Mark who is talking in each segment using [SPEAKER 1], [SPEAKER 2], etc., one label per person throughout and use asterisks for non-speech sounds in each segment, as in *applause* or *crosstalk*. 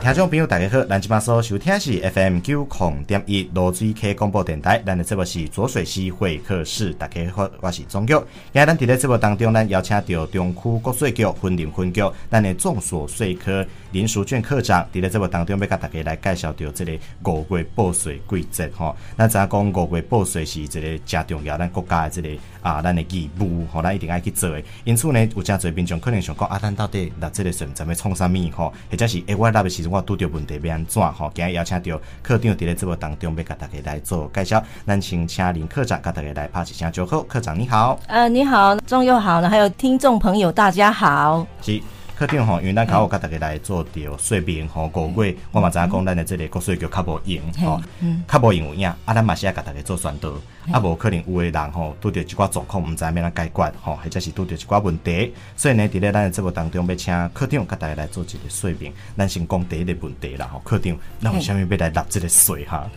[SPEAKER 1] 听众朋友大家好，咱即马所收听是 FM 九零点一罗水溪广播电台，咱的节目是左水溪会客室，大家好，我是钟玉。今日咱伫咧节目当中，咱邀请到中区国税局分林分局，咱的众所税科林淑娟科长伫咧节目当中要甲大家来介绍到即个五月报税季节吼。咱知影讲五月报税是一个诚重要咱国家的即、个啊，咱的义务吼，咱一定爱去做的。因此呢，有诚侪民众可能想讲啊，咱到底拿即个税咱要创啥物吼，或者是诶、欸我纳的时阵我拄着问题要安怎吼，今日邀请到科长伫咧节目当中要甲大家来做介绍，咱先请林科长甲大家来拍一声招呼，科长你好。
[SPEAKER 2] 呃，你好，中佑好呢，还有听众朋友，大家好。
[SPEAKER 1] 是，确定吼，因为咱较有甲大家来做着说明吼，五月我嘛知影讲咱的即个国税局较无用吼，较无用有影，啊，咱嘛是爱甲大家做宣导，啊，无可能有诶人吼，拄着一寡状况，毋知要安怎解决吼，或者是拄着一寡问题，所以呢，伫咧咱的节目当中要请科长甲大家来做一个说明，咱先讲第一个问题啦吼，科长，咱为虾米要来纳即个税哈？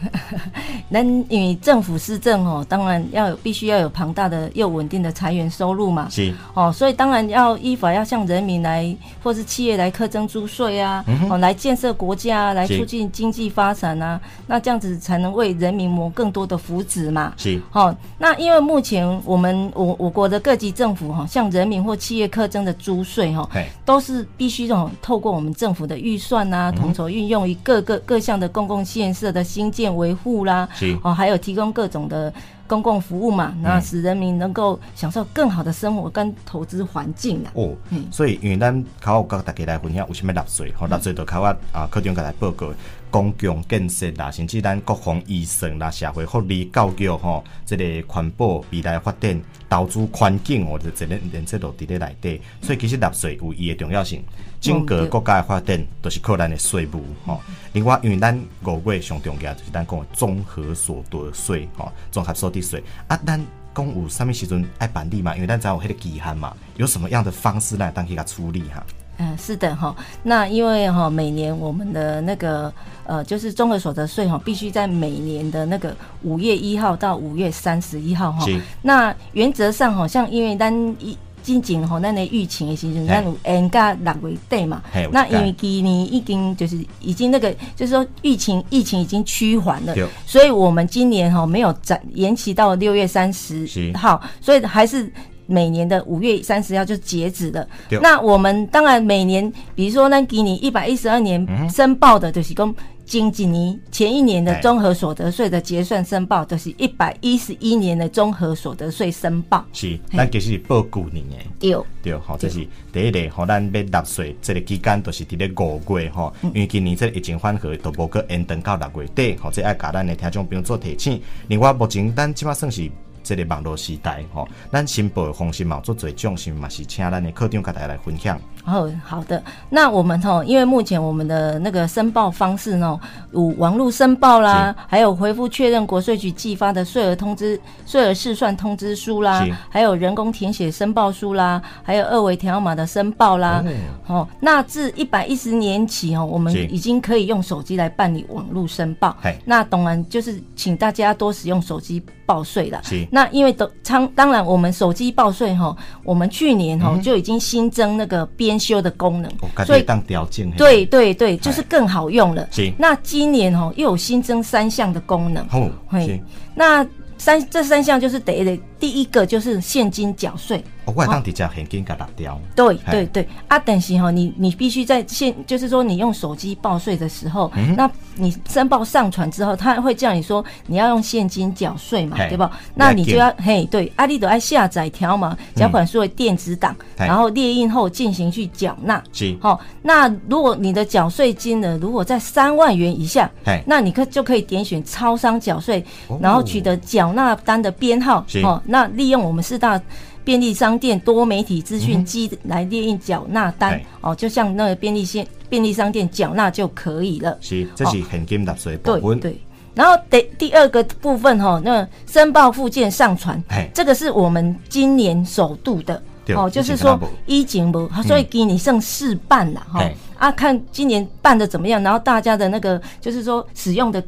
[SPEAKER 2] 那因为政府施政哦，当然要有必须要有庞大的又稳定的财源收入嘛。
[SPEAKER 1] 是，
[SPEAKER 2] 哦，所以当然要依法要向人民来，或是企业来课征租税啊，哦，来建设国家啊，来
[SPEAKER 1] 是
[SPEAKER 2] 促进经济发展啊，那这样子才能为人民谋更多的福祉嘛。
[SPEAKER 1] 是，
[SPEAKER 2] 好、那因为目前我们我我国的各级政府哈、向人民或企业课征的租税哦哈、
[SPEAKER 1] 嘿，
[SPEAKER 2] 都是必须这种透过我们政府的预算啊，统筹运用于各个各项的公共建设的兴建维护啦，
[SPEAKER 1] 是
[SPEAKER 2] 哦，还有提供各种的公共服务嘛，那使人民能够享受更好的生活跟投资环境啊啦。
[SPEAKER 1] 哦，所以因为咱较有甲大家来分享有啥物纳税，吼纳税就较我啊，课中甲来报告的公共建设啦，甚至咱国防、医生啦、社会福利、教育吼，即、个环保、未来发展、投资环境哦，就一连连这都伫咧内底。所以其实纳税有伊的重要性，整个国家的发展都是靠咱的税务吼。另外，因为咱五月上重要就是咱讲的综合所得税吼，综合所得税啊，咱。讲有啥物时阵爱办理嘛？因为咱知影有迄个期限嘛，有什么样的方式来当去甲处理哈、
[SPEAKER 2] 嗯、是的哈、那因为哈、每年我们的那个呃，就是综合所得税哈、必须在每年的那个五月一号到五月三十一号哈、
[SPEAKER 1] 是
[SPEAKER 2] 那原则上好像因为咱一进前吼，咱的疫情的时阵，咱有延到六月底嘛
[SPEAKER 1] 嘿有。
[SPEAKER 2] 那
[SPEAKER 1] 一
[SPEAKER 2] 因
[SPEAKER 1] 届
[SPEAKER 2] 为今年已经就是已经那个，就是说疫情疫情已经趋缓了
[SPEAKER 1] 对，
[SPEAKER 2] 所以我们今年哈没有展延期到六月三十
[SPEAKER 1] 是
[SPEAKER 2] 号，所以还是。每年的五月三十号就截止了
[SPEAKER 1] 对。
[SPEAKER 2] 那我们当然每年，比如说咱给你一百一十二年
[SPEAKER 1] 嗯
[SPEAKER 2] 申报的，就是讲经济年前一年的
[SPEAKER 1] 哎
[SPEAKER 2] 综合所得税的结算申报，就是一百一十一年的综合所得税申报。
[SPEAKER 1] 是，
[SPEAKER 2] 嘿
[SPEAKER 1] 咱其实是报旧年诶，
[SPEAKER 2] 有。
[SPEAKER 1] 对吼，这是第一个吼，咱要纳税，即个期间都是伫咧五月吼，
[SPEAKER 2] 嗯
[SPEAKER 1] 因为今年即个疫情缓和，都无搁延长到六月底，吼，这爱甲咱诶听众朋友做提醒。另外，目前咱即马算是。即个网络时代吼，咱申报的方式嘛，有做侪种是嘛是请咱的课长甲大家来分享。
[SPEAKER 2] 哦，好的。那我们吼，因为目前我们的那个申报方式呢，有网络申报啦，还有回复确认国税局寄发的税额通知、税额试算通知书啦
[SPEAKER 1] 是，
[SPEAKER 2] 还有人工填写申报书啦，还有二维条码的申报啦。
[SPEAKER 1] 嗯
[SPEAKER 2] 哦，那自一百一十年起哦，我们
[SPEAKER 1] 是
[SPEAKER 2] 已经可以用手机来办理网络申报
[SPEAKER 1] 嘿。
[SPEAKER 2] 那当然就是请大家多使用手机报税啦。
[SPEAKER 1] 是
[SPEAKER 2] 那因为都当当然，我们手机报税哈，我们去年哈就已经新增那个编修的功能，
[SPEAKER 1] 嗯哦，家己
[SPEAKER 2] 所
[SPEAKER 1] 会
[SPEAKER 2] 以
[SPEAKER 1] 当调整。嘿，
[SPEAKER 2] 对对对，就是更好用了。
[SPEAKER 1] 是
[SPEAKER 2] 那今年哈又有新增三项的功能，
[SPEAKER 1] 吼，
[SPEAKER 2] 嘿
[SPEAKER 1] 是，
[SPEAKER 2] 那三这三项就是得得第一个就是现金缴税，
[SPEAKER 1] 哦，我会当直接现金甲拿掉。
[SPEAKER 2] 对
[SPEAKER 1] 嘿
[SPEAKER 2] 对对，啊，但是哈，你你必须在现，就是说你用手机报税的时候，
[SPEAKER 1] 嗯
[SPEAKER 2] 那你申报上传之后，他会叫你说你要用现金缴税嘛
[SPEAKER 1] 嘿，
[SPEAKER 2] 对吧？
[SPEAKER 1] 你要
[SPEAKER 2] 那你就要嘿，对，啊，你都要下载条码缴款书的电子档，
[SPEAKER 1] 嗯嘿
[SPEAKER 2] 然后列印后进行去缴纳。
[SPEAKER 1] 是
[SPEAKER 2] 好、那如果你的缴税金额如果在三万元以下
[SPEAKER 1] 嘿，
[SPEAKER 2] 那你可就可以点选超商缴税，
[SPEAKER 1] 哎哦
[SPEAKER 2] 然后取得缴纳单的编号
[SPEAKER 1] 是，
[SPEAKER 2] 哦，那利用我们四大。便利商店多媒体资
[SPEAKER 1] 嗯
[SPEAKER 2] 讯机来列印缴纳单
[SPEAKER 1] 嘿
[SPEAKER 2] 哦，就像那个便利线便利商店缴纳就可以了。
[SPEAKER 1] 是，这是现金纳税的部
[SPEAKER 2] 对
[SPEAKER 1] 分。
[SPEAKER 2] 对。然后第第二个部分哈、那申报附件上传
[SPEAKER 1] 嘿，
[SPEAKER 2] 这个是我们今年首度的
[SPEAKER 1] 哎对
[SPEAKER 2] 哦，
[SPEAKER 1] 以前
[SPEAKER 2] 就是
[SPEAKER 1] 敢若
[SPEAKER 2] 说
[SPEAKER 1] 无
[SPEAKER 2] 一景不，
[SPEAKER 1] 嗯
[SPEAKER 2] 所以给你剩四办了哈、
[SPEAKER 1] 嘿
[SPEAKER 2] 啊，看今年办的怎么样，然后大家的那个就是说使用的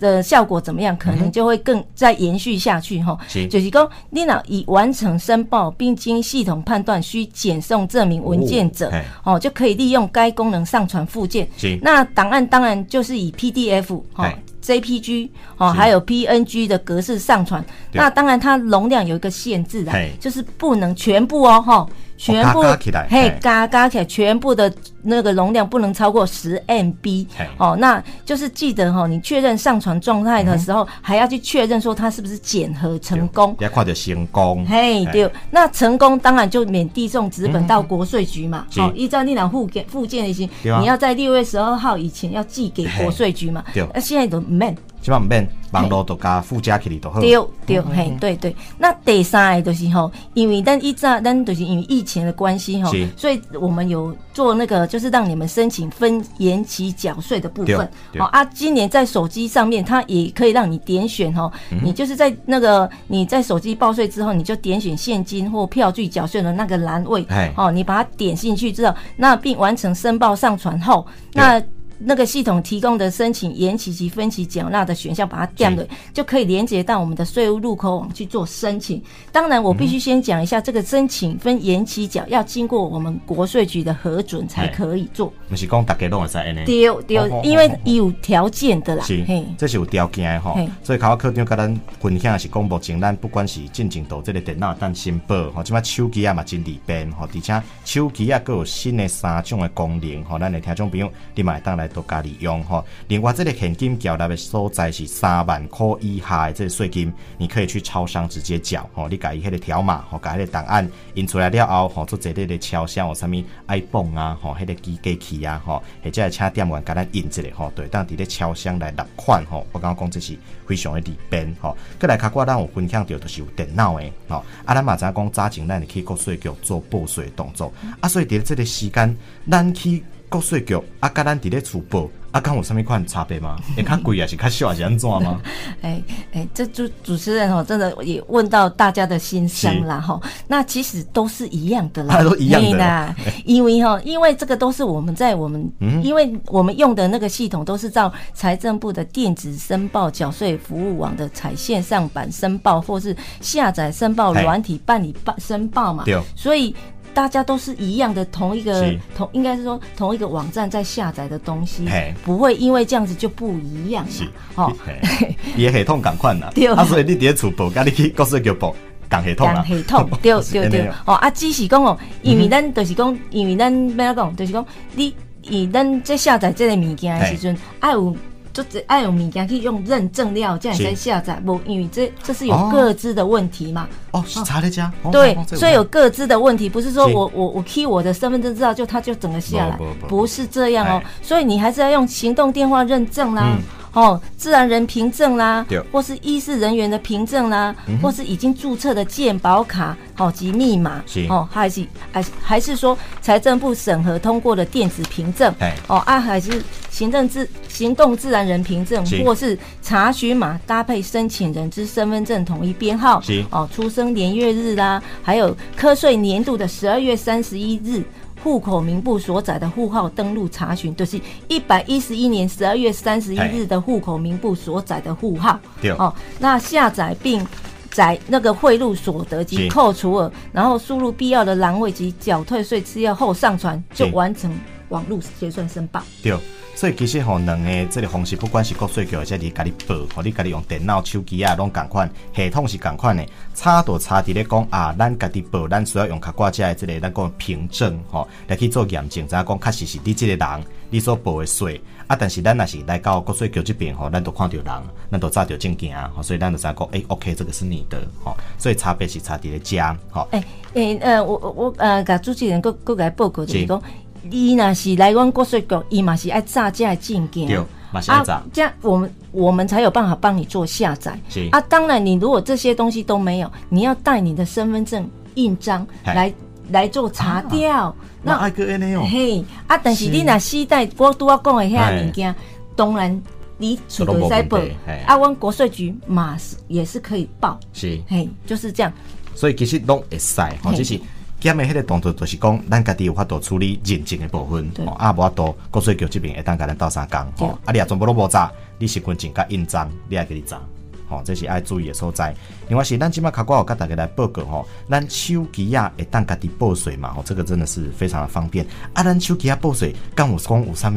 [SPEAKER 2] 的效果怎么样，可能就会更再延续下去哈。
[SPEAKER 1] 嗯是
[SPEAKER 2] 就是讲，你若已完成申报，并经系统判断需检送证明文件者
[SPEAKER 1] 哦嘿，
[SPEAKER 2] 哦，就可以利用该功能上传附件
[SPEAKER 1] 是。嗯
[SPEAKER 2] 那档案当然就是以 PDF 哦
[SPEAKER 1] 嘿。
[SPEAKER 2] JPG 哦，
[SPEAKER 1] 是
[SPEAKER 2] 还有 PNG 的格式上传，
[SPEAKER 1] 对
[SPEAKER 2] 那当然它容量有一个限制的
[SPEAKER 1] 嘿，
[SPEAKER 2] 就是不能全部哦，哈，全部
[SPEAKER 1] 嘎嘎起来
[SPEAKER 2] 嘿
[SPEAKER 1] 嘿，
[SPEAKER 2] 嘎嘎起来，全部的那个容量不能超过十 MB
[SPEAKER 1] 嘿
[SPEAKER 2] 哦。那就是记得哈、哦，你确认上传状态的时
[SPEAKER 1] 嗯
[SPEAKER 2] 候，还要去确认说它是不是检核成功。
[SPEAKER 1] 也看到成功，哎
[SPEAKER 2] 嘿，对，那成功当然就免递送纸本到国税局嘛。
[SPEAKER 1] 嗯是
[SPEAKER 2] 好、依照你俩附件附件的行，
[SPEAKER 1] 对啊
[SPEAKER 2] 你要在六月十二号以前要寄给国税局嘛。
[SPEAKER 1] 对
[SPEAKER 2] 那现在都免。
[SPEAKER 1] 即嘛毋免网络都加附加起嚟就好。
[SPEAKER 2] 对对，嘿，对对。那第三个就是吼，因为咱一早咱就是因为疫情的关系吼
[SPEAKER 1] 是，
[SPEAKER 2] 所以我们有做那个就是让你们申请分延期缴税的部分
[SPEAKER 1] 对。对
[SPEAKER 2] 好啊，今年在手机上面它也可以让你点选吼，
[SPEAKER 1] 嗯
[SPEAKER 2] 你就是在那个你在手机报税之后，你就点选现金或票据缴税的那个栏位
[SPEAKER 1] 哎，
[SPEAKER 2] 哦，你把它点进去之后，那并完成申报上传后，那。那个系统提供的申请延期及分期缴纳的选项，把它点了，就可以连接到我们的税务入口网去做申请。当然，我必须先讲一下，这个申请分延期缴要经过我们国税局的核准才可以做。
[SPEAKER 1] 毋是讲逐家拢会使安尼。
[SPEAKER 2] 丢
[SPEAKER 1] 哦哦
[SPEAKER 2] 丢
[SPEAKER 1] 哦，
[SPEAKER 2] 因为有条件的啦。
[SPEAKER 1] 是
[SPEAKER 2] 嘿，
[SPEAKER 1] 这是有条件的吼
[SPEAKER 2] 嘿，
[SPEAKER 1] 所以考科长甲咱分享的是讲，目前咱不管是进前到这个电脑等新报吼，即摆手机啊嘛真利便吼，而且手机啊佫有新的三种的功能吼，咱的听众朋友你嘛会当来多加利用吼。另外，这个现金缴纳的所在是三万块以下的这个税金，你可以去超商直接缴吼，你家伊迄个条码吼，家迄个档案印出来了后吼，做一个的超商有啥物 iPhone 啊吼，迄、个机机器啊吼，或者会请店员甲咱印一下吼，对，当伫咧超商来落款吼，我感觉讲这是非常的利便吼。过来较我咱有分享着，就是有电脑的吼，啊，咱嘛知影讲早前咱会去国税局做报税的动作，啊，所以伫咧即个时间，咱去国税局啊，甲咱伫咧厝报。啊，敢有啥物款差别吗？会较贵还是较俗还是安怎吗？
[SPEAKER 2] 哎哎，这主主持人哦，真的也问到大家的心声
[SPEAKER 1] 是
[SPEAKER 2] 啦哈。那其实都是一样的啦，
[SPEAKER 1] *laughs* 啊都一样的
[SPEAKER 2] 嘿啦。 *laughs* 因为哈，因为这个都是我们在我们，
[SPEAKER 1] 嗯
[SPEAKER 2] 因为我们用的那个系统都是照财政部的电子申报缴税服务网的采线上版申报，或是下载申报
[SPEAKER 1] 嘿
[SPEAKER 2] 软体办理办申报嘛
[SPEAKER 1] 对。
[SPEAKER 2] 所以。大家都是一样的同一个
[SPEAKER 1] 是
[SPEAKER 2] 同，应该是说同一个网站在下载的东西
[SPEAKER 1] 嘿，
[SPEAKER 2] 不会因为这样子就不一样嘛。
[SPEAKER 1] 是，
[SPEAKER 2] *laughs* 哦，
[SPEAKER 1] 嘿，伊的系统共款啦
[SPEAKER 2] *laughs* 对，
[SPEAKER 1] 啊，所以你伫咧厝报，甲你去国税局报，共系统啦，
[SPEAKER 2] 系
[SPEAKER 1] *laughs*
[SPEAKER 2] 统对对
[SPEAKER 1] 是嗯这
[SPEAKER 2] 对
[SPEAKER 1] 样哦，
[SPEAKER 2] 哦啊，只是讲哦，因为咱就是讲，因为咱要怎讲，就是讲你以咱这下载这个物件的时阵，爱有就爱有物件去用认证了，这样才
[SPEAKER 1] 是
[SPEAKER 2] 下载。无因为这这是有
[SPEAKER 1] 哦
[SPEAKER 2] 各自的问题嘛，
[SPEAKER 1] 哦，是查咧家，哦
[SPEAKER 2] 对
[SPEAKER 1] 哦，这
[SPEAKER 2] 所以有各自的问题，不是说
[SPEAKER 1] 是
[SPEAKER 2] 我我我 key 我的身份证资料就它就整个下来
[SPEAKER 1] 不不，不
[SPEAKER 2] 不是这样哦
[SPEAKER 1] 哎，
[SPEAKER 2] 所以你还是要用行动电话认证啦
[SPEAKER 1] 嗯。
[SPEAKER 2] 哦，自然人凭证啦
[SPEAKER 1] 对，嗯
[SPEAKER 2] 或是医事人员的凭证啦，或是已经注册的健保卡哦及密码
[SPEAKER 1] 是
[SPEAKER 2] 哦，还是还是还是说财政部审核通过的电子凭证
[SPEAKER 1] 哎
[SPEAKER 2] 哦啊，还是行政自行动自然人凭证
[SPEAKER 1] 是
[SPEAKER 2] 或是查询码搭配申请人之身份证统一编号
[SPEAKER 1] 是
[SPEAKER 2] 哦，出生年月日啦、还有科税年度的十二月三十一日。户口名簿所载的户号登录查询，就是一百一十一年十二月三十一
[SPEAKER 1] 哎
[SPEAKER 2] 日的户口名簿所载的户号。
[SPEAKER 1] 对
[SPEAKER 2] 哦，那下载并载那个贿赂所得及
[SPEAKER 1] 是
[SPEAKER 2] 扣除额，然后输入必要的栏位及缴退税资料后上传，就是完成网络结算申报。
[SPEAKER 1] 对，所以其实吼，两个这个方式，不管是国税局或者你家己报，吼你家己用电脑、手机啊，拢共款，系统是共款的，差就差伫咧讲啊，咱家己报，咱需要用较挂遮的这个咱讲凭证吼，来去做验证，知影讲确实是你即个人，你所报的税。啊，但是咱若是来到国税局这边吼，咱都看到人，咱都查到证件啊，吼所以咱就知道讲，诶、o k 这个是你的吼，所以差别是差伫咧遮吼。
[SPEAKER 2] 诶诶、呃，我我我呃，甲主持人佫佫甲报告就是
[SPEAKER 1] 是
[SPEAKER 2] 讲，伊若是来阮国税局，伊嘛是爱炸这的证件，
[SPEAKER 1] 对嘛是爱炸
[SPEAKER 2] 啊这样我们我们才有办法帮你做下载
[SPEAKER 1] 是。
[SPEAKER 2] 啊，当然你如果这些东西都没有，你要带你的身份证印章
[SPEAKER 1] 嘿啊
[SPEAKER 2] 来来做查调。
[SPEAKER 1] 那爱哥安尼哦，
[SPEAKER 2] 嘿，啊，但是你若携带我拄我讲的遐物件，当然你厝
[SPEAKER 1] 都
[SPEAKER 2] 就
[SPEAKER 1] 没
[SPEAKER 2] 使
[SPEAKER 1] 问题
[SPEAKER 2] 报
[SPEAKER 1] 嘿，
[SPEAKER 2] 啊，阮国税局嘛是也是可以报，
[SPEAKER 1] 是。
[SPEAKER 2] 嘿，就是这样。
[SPEAKER 1] 所以其实拢会使吼，
[SPEAKER 2] 嘿
[SPEAKER 1] 只是减的迄个动作就是讲，咱家己有法度处理认证的部分，
[SPEAKER 2] 对
[SPEAKER 1] 哦，啊无法度国税局这边会当甲咱斗相共吼，啊你啊全部拢无查，你身份证甲印章，你爱给你查。吼、这是爱注意的所在。另外是咱即摆卡瓜有甲大家来报告吼、咱手机啊会当家己报税嘛，吼、这个真的是非常的方便。啊，咱手机啊报税，敢有讲有啥物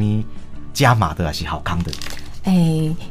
[SPEAKER 1] 加码的还是好康的？
[SPEAKER 2] 哎、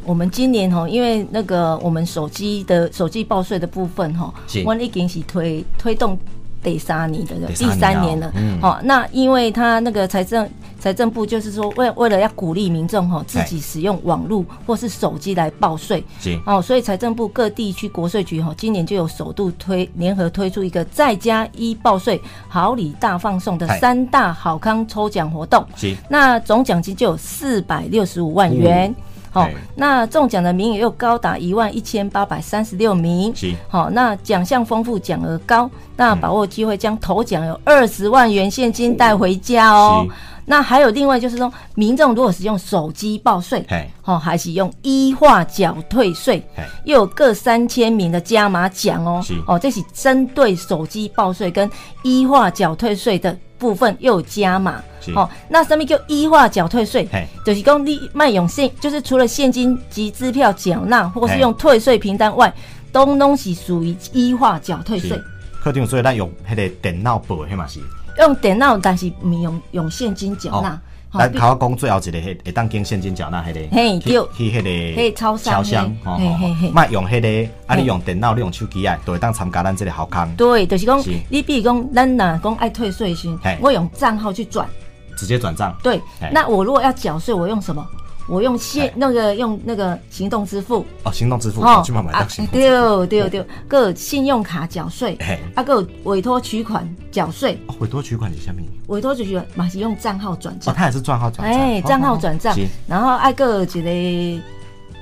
[SPEAKER 2] 我们今年吼，因为那个我们手机的手机报税的部分吼
[SPEAKER 1] 是，
[SPEAKER 2] 我们已经是推推动第三年的了
[SPEAKER 1] 第
[SPEAKER 2] 第
[SPEAKER 1] 三年啊
[SPEAKER 2] 三年了。好、那因为他那个财政财政部就是说为为了要鼓励民众吼
[SPEAKER 1] 哎
[SPEAKER 2] 自己使用网络或是手机来报税，
[SPEAKER 1] 是
[SPEAKER 2] 哦，所以财政部各地区国税局哈、今年就有首度推联合推出一个在家一报税好礼大放送的
[SPEAKER 1] 嗨
[SPEAKER 2] 三大好康抽奖活动。
[SPEAKER 1] 是
[SPEAKER 2] 那总奖金就有四百六十五万元。好、
[SPEAKER 1] 嗯对
[SPEAKER 2] 那中奖的名额又高达一万一千八百三十六名。
[SPEAKER 1] 是嗯
[SPEAKER 2] 好、那奖项丰富，奖额高，那把握机会将头奖有二十万元现金带回家哦
[SPEAKER 1] 是。
[SPEAKER 2] 那还有另外就是说，民众如果是用手机报税，
[SPEAKER 1] 嘿
[SPEAKER 2] 哦，还是用一化缴退税
[SPEAKER 1] 嘿，
[SPEAKER 2] 又有各三千名的加码奖哦
[SPEAKER 1] 是。
[SPEAKER 2] 哦，这是针对手机报税跟一化缴退税的部分又有加码
[SPEAKER 1] 是。
[SPEAKER 2] 哦，那上面就一化缴退税
[SPEAKER 1] 嘿，
[SPEAKER 2] 就是讲你卖用现，就是除了现金及支票缴纳，或是
[SPEAKER 1] 嘿
[SPEAKER 2] 用退税凭单外，东东西属于一化缴退税
[SPEAKER 1] 是。。课长，所以咱用迄个电脑报迄嘛是，
[SPEAKER 2] 用电脑，但是不用用现金缴纳。哦好
[SPEAKER 1] 咱头讲最后一个迄会当经现金缴纳迄个，
[SPEAKER 2] 嘿
[SPEAKER 1] 去
[SPEAKER 2] 对
[SPEAKER 1] 去迄个
[SPEAKER 2] 嘿超商
[SPEAKER 1] 超商，
[SPEAKER 2] 嘿
[SPEAKER 1] 吼
[SPEAKER 2] 嘿
[SPEAKER 1] 吼
[SPEAKER 2] 嘿
[SPEAKER 1] 吼，
[SPEAKER 2] 嘿
[SPEAKER 1] 莫用迄个，啊你
[SPEAKER 2] 嘿
[SPEAKER 1] 用电脑，你用手机啊，都会当参加咱这个好康，
[SPEAKER 2] 对，就是讲
[SPEAKER 1] 是，
[SPEAKER 2] 你比如讲，咱若讲爱退税时
[SPEAKER 1] 嘿，
[SPEAKER 2] 我用账号去转。
[SPEAKER 1] 直接转账。
[SPEAKER 2] 对
[SPEAKER 1] 嘿，
[SPEAKER 2] 那我如果要缴税，我用什么？我用现
[SPEAKER 1] 嘿
[SPEAKER 2] 那个用那个行动支付啊
[SPEAKER 1] 哦，行动支付，哎哦，去买买当行动支付。
[SPEAKER 2] 对对对，还有信用卡缴税
[SPEAKER 1] 嘿，
[SPEAKER 2] 啊，还有委托取款缴税，
[SPEAKER 1] 哦，委托取款是啥物？
[SPEAKER 2] 委托取款嘛是用账号转
[SPEAKER 1] 哦，
[SPEAKER 2] 账，
[SPEAKER 1] 他也是账号转账。
[SPEAKER 2] 哎，
[SPEAKER 1] 哦
[SPEAKER 2] 账号转账
[SPEAKER 1] 是，
[SPEAKER 2] 然后还有一个。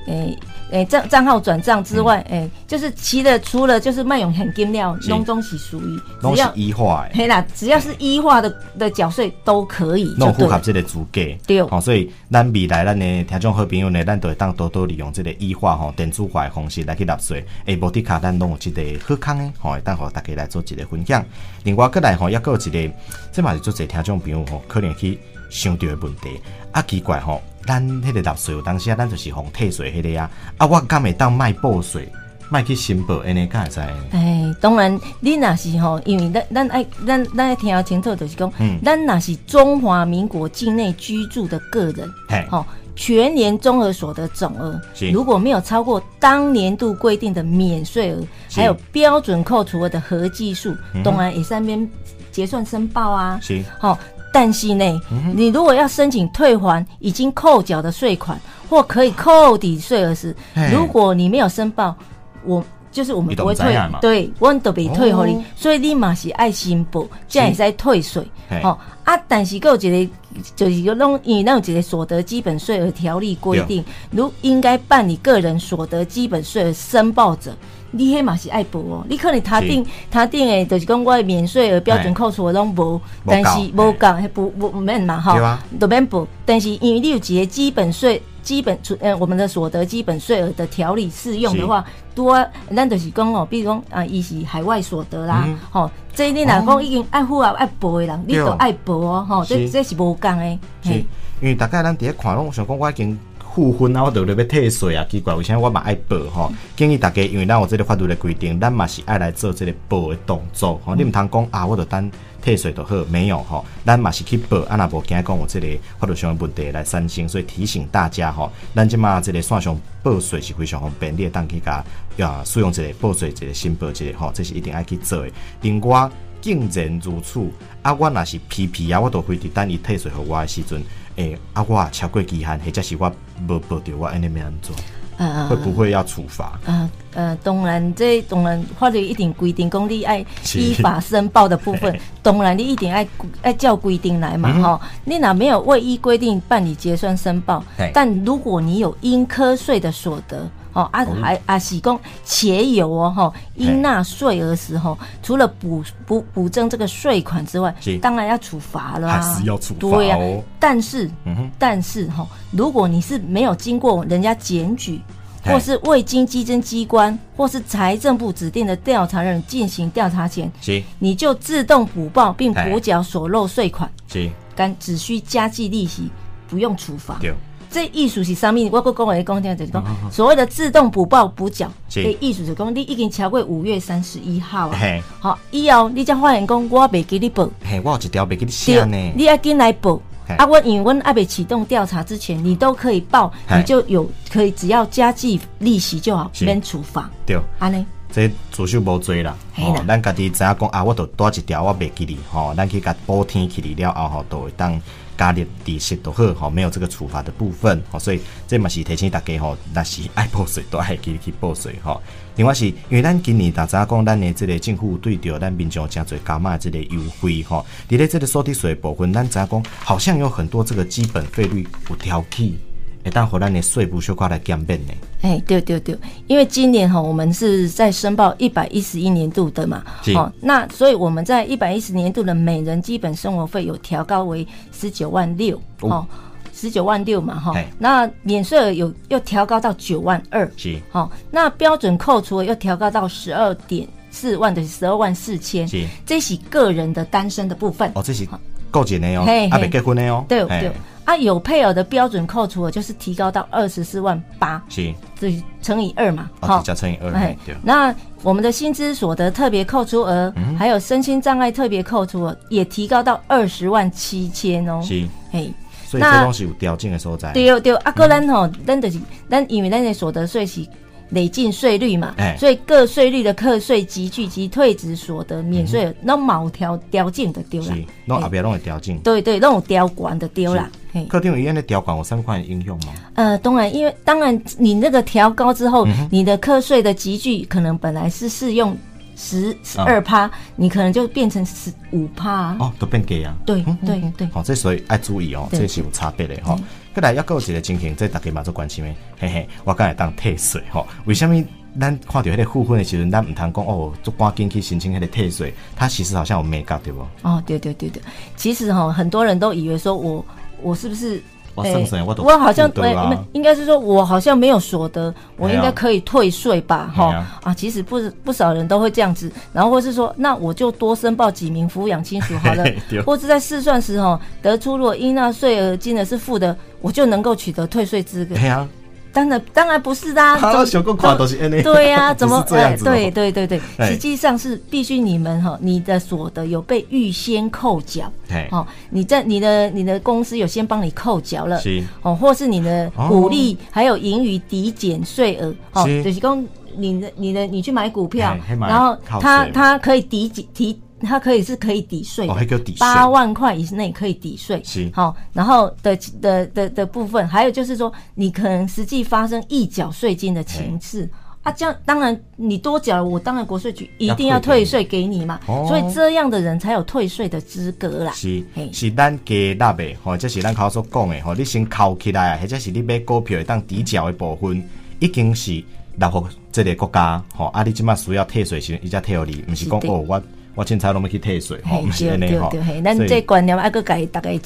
[SPEAKER 2] 诶诶，账账号转账之外，诶、就是其的除了就是卖用现金料，
[SPEAKER 1] 嗯是
[SPEAKER 2] 拢东西属于
[SPEAKER 1] 拢
[SPEAKER 2] 只
[SPEAKER 1] 是哎
[SPEAKER 2] 要
[SPEAKER 1] 一化诶，
[SPEAKER 2] 嘿啦，只要是一化的的缴税都可以，就
[SPEAKER 1] 拢符
[SPEAKER 2] 对
[SPEAKER 1] 合
[SPEAKER 2] 了。
[SPEAKER 1] 这个资格。
[SPEAKER 2] 对
[SPEAKER 1] 哦，所以咱未来咱的听众好朋友呢，咱都会当多多利用这个异化吼电子化的方式来去纳税，诶，无的卡咱拢有这个好康诶，吼、会当互大家来做一个分享。另外，过来吼，抑个有一个，这嘛是做者听众朋友吼，可能去想到的问题，啊，奇怪吼、咱迄个纳税有当时啊，咱就是互退税迄个啊，啊，我敢会当卖报税，卖去申报安尼，敢会知呢？
[SPEAKER 2] 哎，当然，你若是吼，因为咱咱爱咱咱爱听清楚，就是讲，
[SPEAKER 1] 嗯
[SPEAKER 2] 咱若是中华民国境内居住的个人，
[SPEAKER 1] 嘿
[SPEAKER 2] 吼，全年综合所得总额
[SPEAKER 1] 是
[SPEAKER 2] 如果没有超过当年度规定的免税额，
[SPEAKER 1] 是嗯
[SPEAKER 2] 还有标准扣除额的合计数，当然也上面结算申报啊，
[SPEAKER 1] 是
[SPEAKER 2] 好、但是呢，
[SPEAKER 1] 嗯
[SPEAKER 2] 你如果要申请退还已经扣缴的税款或可以扣抵税额时
[SPEAKER 1] 嘿，
[SPEAKER 2] 如果你没有申报，我就是我们
[SPEAKER 1] 你
[SPEAKER 2] 不
[SPEAKER 1] 就
[SPEAKER 2] 会
[SPEAKER 1] 不知
[SPEAKER 2] 退
[SPEAKER 1] 道嘛，
[SPEAKER 2] 对，我们都被退回你，
[SPEAKER 1] 哦
[SPEAKER 2] 所以你嘛是爱申报，这样也在退税
[SPEAKER 1] 嘿。
[SPEAKER 2] 哦啊，但是还有一个就是个弄，因为咱有一个所得基本税额条例规定，如应该办理个人所得基本税额申报者。你迄嘛是爱报哦，你可能他定他定诶，就是讲我的免税额标准
[SPEAKER 1] 嘿
[SPEAKER 2] 扣除我拢无，
[SPEAKER 1] 无
[SPEAKER 2] 但
[SPEAKER 1] 够
[SPEAKER 2] 是无够，迄不不不免嘛吼
[SPEAKER 1] 对啊，
[SPEAKER 2] 都免补。但是因为你有一个基本税、基本呃我们的所得基本税额的条例适用的话，多咱就是讲哦，比如讲啊，伊是海外所得啦
[SPEAKER 1] 嗯，哦
[SPEAKER 2] 吼、这你若讲已经爱付啊爱报的人，你
[SPEAKER 1] 对
[SPEAKER 2] 都爱报哦，吼，这
[SPEAKER 1] 是
[SPEAKER 2] 这是无共的，
[SPEAKER 1] 是，因为大概咱伫咧看拢想讲我已经付婚啊，我就咧要退税啊，奇怪，为啥我嘛爱报吼？建议大家，因为咱有这个法律的规定，咱嘛是爱来做这个报的动作吼。你毋通讲啊，我就等退税就好，没有吼，咱嘛是去报，啊若无惊讲有这个法律上的问题来产生，所以提醒大家吼，咱即马这个线上报税是非常方便，你会当去甲啊使用一个报税一个申报一个吼，这是一定爱去做的。另外，竟然如此，啊，我若是批批啊，我都非得等伊退税互我的时阵，诶、啊，我若超过期限，或者是我无报着，我安尼要安怎？
[SPEAKER 2] 呃
[SPEAKER 1] 会不会要处罚？
[SPEAKER 2] 呃呃，当然这当然法律一定规定讲你爱
[SPEAKER 1] 是
[SPEAKER 2] 依法申报的部
[SPEAKER 1] *laughs*
[SPEAKER 2] 分，当然你一定爱爱照规定来
[SPEAKER 1] 嗯
[SPEAKER 2] 嘛吼、你若没有未依规定办理结算申报
[SPEAKER 1] 嘿，
[SPEAKER 2] 但如果你有应科税的所得。哦，啊还啊是讲且有哦吼，应纳税额时候，除了补补补征这个税款之外
[SPEAKER 1] 是，
[SPEAKER 2] 当然要处罚了、啊，
[SPEAKER 1] 还是要处罚
[SPEAKER 2] 对呀、
[SPEAKER 1] 哦
[SPEAKER 2] 但是
[SPEAKER 1] 嗯哼，
[SPEAKER 2] 但是哈，如果你是没有经过人家检举，
[SPEAKER 1] 嘿
[SPEAKER 2] 或是未经稽征机关或是财政部指定的调查人进行调查前，
[SPEAKER 1] 是
[SPEAKER 2] 你就自动补报并补缴所漏税款，
[SPEAKER 1] 是，
[SPEAKER 2] 但只需加计利息，不用处罚。
[SPEAKER 1] 对，嗯
[SPEAKER 2] 这意思是啥物？我国讲的讲听就是讲，所谓的自动补报补缴，
[SPEAKER 1] 是
[SPEAKER 2] 的意思就是讲你已经超过五月三十一号啊。
[SPEAKER 1] 嘿，
[SPEAKER 2] 好，以后你才发现讲我袂给你报，
[SPEAKER 1] 嘿，我有一条袂记你写呢，
[SPEAKER 2] 你要紧来报
[SPEAKER 1] 嘿。
[SPEAKER 2] 啊，我因为阮还袂启动调查之前，你都可以报，
[SPEAKER 1] 嘿
[SPEAKER 2] 你就有可以只要加计利息就好，
[SPEAKER 1] 是
[SPEAKER 2] 免处罚。
[SPEAKER 1] 对。
[SPEAKER 2] 安尼，
[SPEAKER 1] 这自首无罪啦，
[SPEAKER 2] 嘿
[SPEAKER 1] 吼、
[SPEAKER 2] 啦
[SPEAKER 1] 咱家己知影讲啊，我着带一条我袂记哩，吼、咱去甲补天去哩了后吼，都会当加入知识就好，吼、没有这个处罚的部分，吼、所以这嘛是提醒大家吼，若是爱报税都爱记得去报税吼、另外是因为咱今年大家讲咱的这个政府对着咱民众真侪加码这个优惠吼，伫咧这个所得税的部分，咱知影讲好像有很多这个基本费率有调起，会当互咱的税务小可来减免呢，
[SPEAKER 2] 哎、对对对，因为今年哈，我们是在申报一百一十一年度的嘛
[SPEAKER 1] 是，，
[SPEAKER 2] 那所以我们在一百一十年度的每人基本生活费有调高为十九万六，
[SPEAKER 1] 哦
[SPEAKER 2] 哦，十九万六嘛，哈
[SPEAKER 1] 嘿，
[SPEAKER 2] 那免税额有又调高到九万二，
[SPEAKER 1] 是
[SPEAKER 2] 好、那标准扣除额又调高到十二点四万，等于十二万四千，
[SPEAKER 1] 是，
[SPEAKER 2] 这是个人的单身的部分，
[SPEAKER 1] 哦，这是够一个哦，
[SPEAKER 2] 嘿
[SPEAKER 1] 啊，
[SPEAKER 2] 嘿
[SPEAKER 1] 未结婚的哦，
[SPEAKER 2] 对
[SPEAKER 1] 嘿
[SPEAKER 2] 对，啊，有配偶的标准扣除额就是提高到二十四万八，
[SPEAKER 1] 是，
[SPEAKER 2] 这乘以二嘛，
[SPEAKER 1] 啊，直接乘以二，嘿对，嗯
[SPEAKER 2] 那我们的薪资所得特别扣除额，还有身心障碍特别扣除额也提高到二十万七千哦。
[SPEAKER 1] 是，
[SPEAKER 2] 嘿，
[SPEAKER 1] 所以这拢是有条件的所在，
[SPEAKER 2] 对对，啊，个咱吼，咱就是咱因为咱的所得税是累进税率嘛
[SPEAKER 1] 哎，
[SPEAKER 2] 所以各税率的课税集聚及退值所得免税额，那某条条件的丢啦
[SPEAKER 1] 嗯是，，拢后壁拢有条件。
[SPEAKER 2] 对对，那种条款的丢啦。嘿，
[SPEAKER 1] 客厅医院的条款有三款应用吗？
[SPEAKER 2] 呃，当然，因为当然你那个调高之后，
[SPEAKER 1] 嗯
[SPEAKER 2] 你的课税的集聚可能本来是适用十二趴，你可能就变成十五趴啊。
[SPEAKER 1] 嗯哦，都变低啊。
[SPEAKER 2] 对对对，
[SPEAKER 1] 哦，这所以爱注意哦，
[SPEAKER 2] 对嗯
[SPEAKER 1] 这是有差别的吼。再来，还佫有一个情形，这大家嘛做关心的，嘿嘿，我敢会当退税吼？为什么咱看到迄个付款的时阵，咱毋通讲哦，做赶紧去申请迄个退税？它其实好像有美感对不？
[SPEAKER 2] 哦，对对对对，其实哈、很多人都以为说我我是不是？
[SPEAKER 1] 我
[SPEAKER 2] 哎
[SPEAKER 1] 算算我都
[SPEAKER 2] 我好像
[SPEAKER 1] 记得啊
[SPEAKER 2] 哎应该是说，我好像没有所得，我
[SPEAKER 1] 哎呀
[SPEAKER 2] 应该可以退税吧？哈
[SPEAKER 1] 哎呀
[SPEAKER 2] 啊，其实不不少人都会这样子，然后或是说，那我就多申报几名抚养亲属好了
[SPEAKER 1] 嘿嘿 *laughs* 对，
[SPEAKER 2] 或是在试算时哈、得出如果应纳税额金额是负的，我就能够取得退税资格。
[SPEAKER 1] 嘿啊，
[SPEAKER 2] 当然当然不是啦、
[SPEAKER 1] 啊
[SPEAKER 2] 怎么
[SPEAKER 1] 小公看都是安尼。*laughs*
[SPEAKER 2] 对呀、
[SPEAKER 1] 不
[SPEAKER 2] 怎
[SPEAKER 1] 是
[SPEAKER 2] 么
[SPEAKER 1] 这样子哦
[SPEAKER 2] 对对对对，
[SPEAKER 1] 哎
[SPEAKER 2] 实际上是必须你们哈，你的所得有被预先扣缴
[SPEAKER 1] 嘿，
[SPEAKER 2] 哦，你在你的你的公司有先帮你扣缴了。
[SPEAKER 1] 是
[SPEAKER 2] 哦，或是你的股利、还有盈余抵减税额，哦，
[SPEAKER 1] 是
[SPEAKER 2] 就是讲你的你的你去买股票
[SPEAKER 1] 嘿嘿，买
[SPEAKER 2] 然后
[SPEAKER 1] 靠
[SPEAKER 2] 它
[SPEAKER 1] 税嘛
[SPEAKER 2] 它可以抵减提，它可以是可以抵税的
[SPEAKER 1] 哦，，迄叫抵税。
[SPEAKER 2] 八万块以内可以抵税，
[SPEAKER 1] 是
[SPEAKER 2] 好、然后的的的的部分，还有就是说，你可能实际发生一缴税金的
[SPEAKER 1] 哎
[SPEAKER 2] 情事。啊，这样当然你多缴了，我当然国税局一定要退税给你嘛，
[SPEAKER 1] 哦
[SPEAKER 2] 所以这样的人才有退税的资格啦。
[SPEAKER 1] 是
[SPEAKER 2] 嘿
[SPEAKER 1] 是咱加纳的吼，这是咱口所讲的吼，你先扣起来，或者是你买股票会当抵缴的部分，已经是纳入这个国家吼，啊，你即马需要退税时候，伊才退互你，毋是讲
[SPEAKER 2] 是的
[SPEAKER 1] 哦，我我凊彩拢要去退税吼，
[SPEAKER 2] 嘿
[SPEAKER 1] 毋哦是安尼吼
[SPEAKER 2] 对嘿，，咱
[SPEAKER 1] 所以
[SPEAKER 2] 这观念啊要个改，大概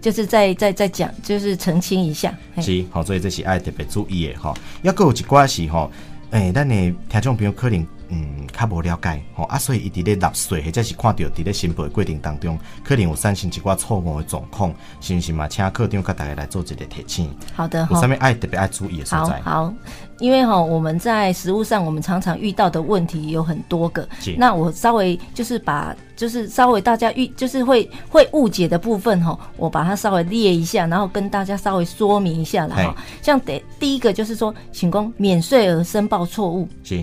[SPEAKER 2] 就是再再再讲，就是澄清一下。嘿
[SPEAKER 1] 是吼，所以这是爱特别注意的吼。抑佫有一寡是吼，诶、咱的听众朋友可能嗯较无了解吼，啊，所以伊伫咧纳税或者是看到伫咧申报的过程当中，可能有产生一寡错误的状况，是毋是嘛？请课长甲大家来做一个提醒。
[SPEAKER 2] 好的
[SPEAKER 1] 有
[SPEAKER 2] 哈
[SPEAKER 1] 啥。物爱特别爱注意的所
[SPEAKER 2] 好
[SPEAKER 1] 在？
[SPEAKER 2] 好，因为哈、我们在食物上，我们常常遇到的问题有很多个
[SPEAKER 1] 是。
[SPEAKER 2] 那我稍微就是把，就是稍微大家遇，就是会会误解的部分哈、我把它稍微列一下，然后跟大家稍微说明一下了哈、
[SPEAKER 1] 嘿
[SPEAKER 2] 像第第一个就是说，请供免税额申报错误。
[SPEAKER 1] 是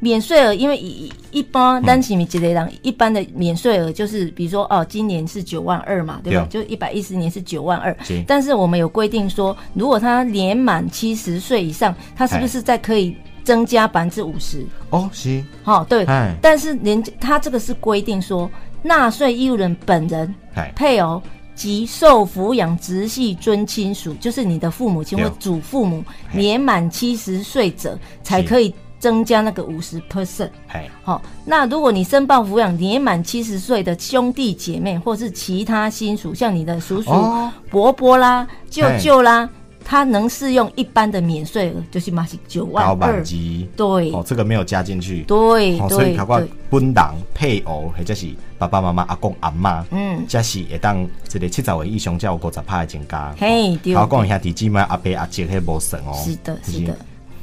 [SPEAKER 2] 免税额，因为一一般单起米积累量，一般的免税额就是，比如说哦，今年是九万二嘛，对吧？就一百一十年是九万二
[SPEAKER 1] 是，
[SPEAKER 2] 但是我们有规定说，如果他年满七十岁以上，他是不是再可以增加百分之五十？
[SPEAKER 1] 哦，是
[SPEAKER 2] 哦，对
[SPEAKER 1] 哎。
[SPEAKER 2] 但是连他这个是规定说，纳税义务人本人、
[SPEAKER 1] 哎
[SPEAKER 2] 配偶及受抚养直系尊亲属，就是你的父母亲
[SPEAKER 1] 对哎
[SPEAKER 2] 或祖父母，
[SPEAKER 1] 嘿
[SPEAKER 2] 年满七十岁者才
[SPEAKER 1] 是
[SPEAKER 2] 可以增加那个五十 percent。
[SPEAKER 1] 哎
[SPEAKER 2] 好、那如果你申报抚养年满七十岁的兄弟姐妹或是其他亲属，像你的叔叔、
[SPEAKER 1] 哦
[SPEAKER 2] 伯伯啦、舅舅啦，它能适用一般的免税额，就是嘛是九万
[SPEAKER 1] 高板
[SPEAKER 2] 二。
[SPEAKER 1] 机
[SPEAKER 2] 对
[SPEAKER 1] 哦，这个没有加进去。
[SPEAKER 2] 对
[SPEAKER 1] 哦，所以
[SPEAKER 2] 对
[SPEAKER 1] 包括
[SPEAKER 2] 对，
[SPEAKER 1] 本人、配偶或者是爸爸妈妈、阿公、阿妈，
[SPEAKER 2] 嗯，
[SPEAKER 1] 这是会当一个七十岁以上才有五十趴的增加。
[SPEAKER 2] 嘿，对，
[SPEAKER 1] 头讲兄弟姊妹、阿伯、阿姐，迄无算哦。
[SPEAKER 2] 是的
[SPEAKER 1] 这
[SPEAKER 2] 是的，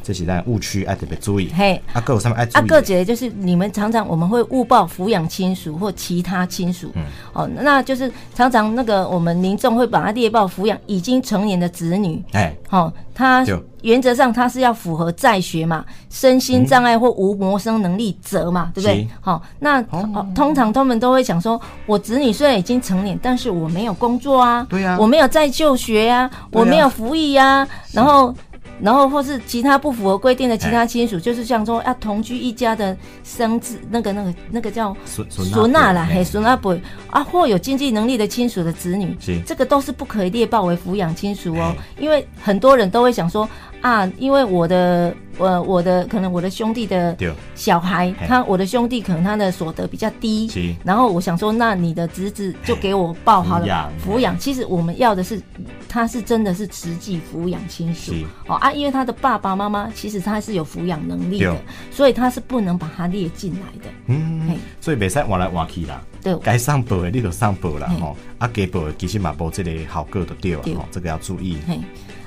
[SPEAKER 1] 这是咱误区爱特别注意。
[SPEAKER 2] 嘿。
[SPEAKER 1] 阿哥有啥物爱注意？
[SPEAKER 2] 啊，个姐就是你们常常我们会误报抚养亲属或其他亲属，
[SPEAKER 1] 嗯
[SPEAKER 2] 哦，那就是常常那个我们民众会把它列报抚养已经成年的子女，
[SPEAKER 1] 哎，
[SPEAKER 2] 哦，他
[SPEAKER 1] 对
[SPEAKER 2] 原则上他是要符合在学嘛、身心障碍或无谋生能力者嘛，对不对
[SPEAKER 1] 嗯是？
[SPEAKER 2] 好、那、哦、通常他们都会想说，我子女虽然已经成年，但是我没有工作啊，
[SPEAKER 1] 对啊
[SPEAKER 2] 我没有在就学啊，
[SPEAKER 1] 对啊
[SPEAKER 2] 我没有服役啊，然后。然后，或是其他不符合规定的其
[SPEAKER 1] 哎
[SPEAKER 2] 他亲属，就是像说要同居一家的生子，那个、那个、那个叫
[SPEAKER 1] 孙啊
[SPEAKER 2] 孙娜啦，嘿，
[SPEAKER 1] 嘿
[SPEAKER 2] 孙娜伯啊，或有经济能力的亲属的子女
[SPEAKER 1] 是，
[SPEAKER 2] 这个都是不可以列报为抚养亲属哦，因为很多人都会想说啊，因为我的呃我的可能我的兄弟的
[SPEAKER 1] 对，
[SPEAKER 2] 小孩
[SPEAKER 1] 嘿，
[SPEAKER 2] 他我的兄弟可能他的所得比较
[SPEAKER 1] 是
[SPEAKER 2] 低，然后我想说，那你的侄子就给我报好
[SPEAKER 1] 抚
[SPEAKER 2] 了
[SPEAKER 1] 养
[SPEAKER 2] 抚养，其实我们要的是他是真的是实际抚养亲属
[SPEAKER 1] 是
[SPEAKER 2] 哦啊，因为他的爸爸妈妈其实他是有抚养能力的
[SPEAKER 1] 对，
[SPEAKER 2] 所以他是不能把他列进来的，
[SPEAKER 1] 嗯
[SPEAKER 2] 嘿，
[SPEAKER 1] 所以袂使换来换去啦。
[SPEAKER 2] 对。
[SPEAKER 1] 该上报的你就上报啦
[SPEAKER 2] 嘿
[SPEAKER 1] 吼，啊，加报的其实嘛无这个效果就对啊
[SPEAKER 2] 对
[SPEAKER 1] 吼，这个要注意。
[SPEAKER 2] 嘿，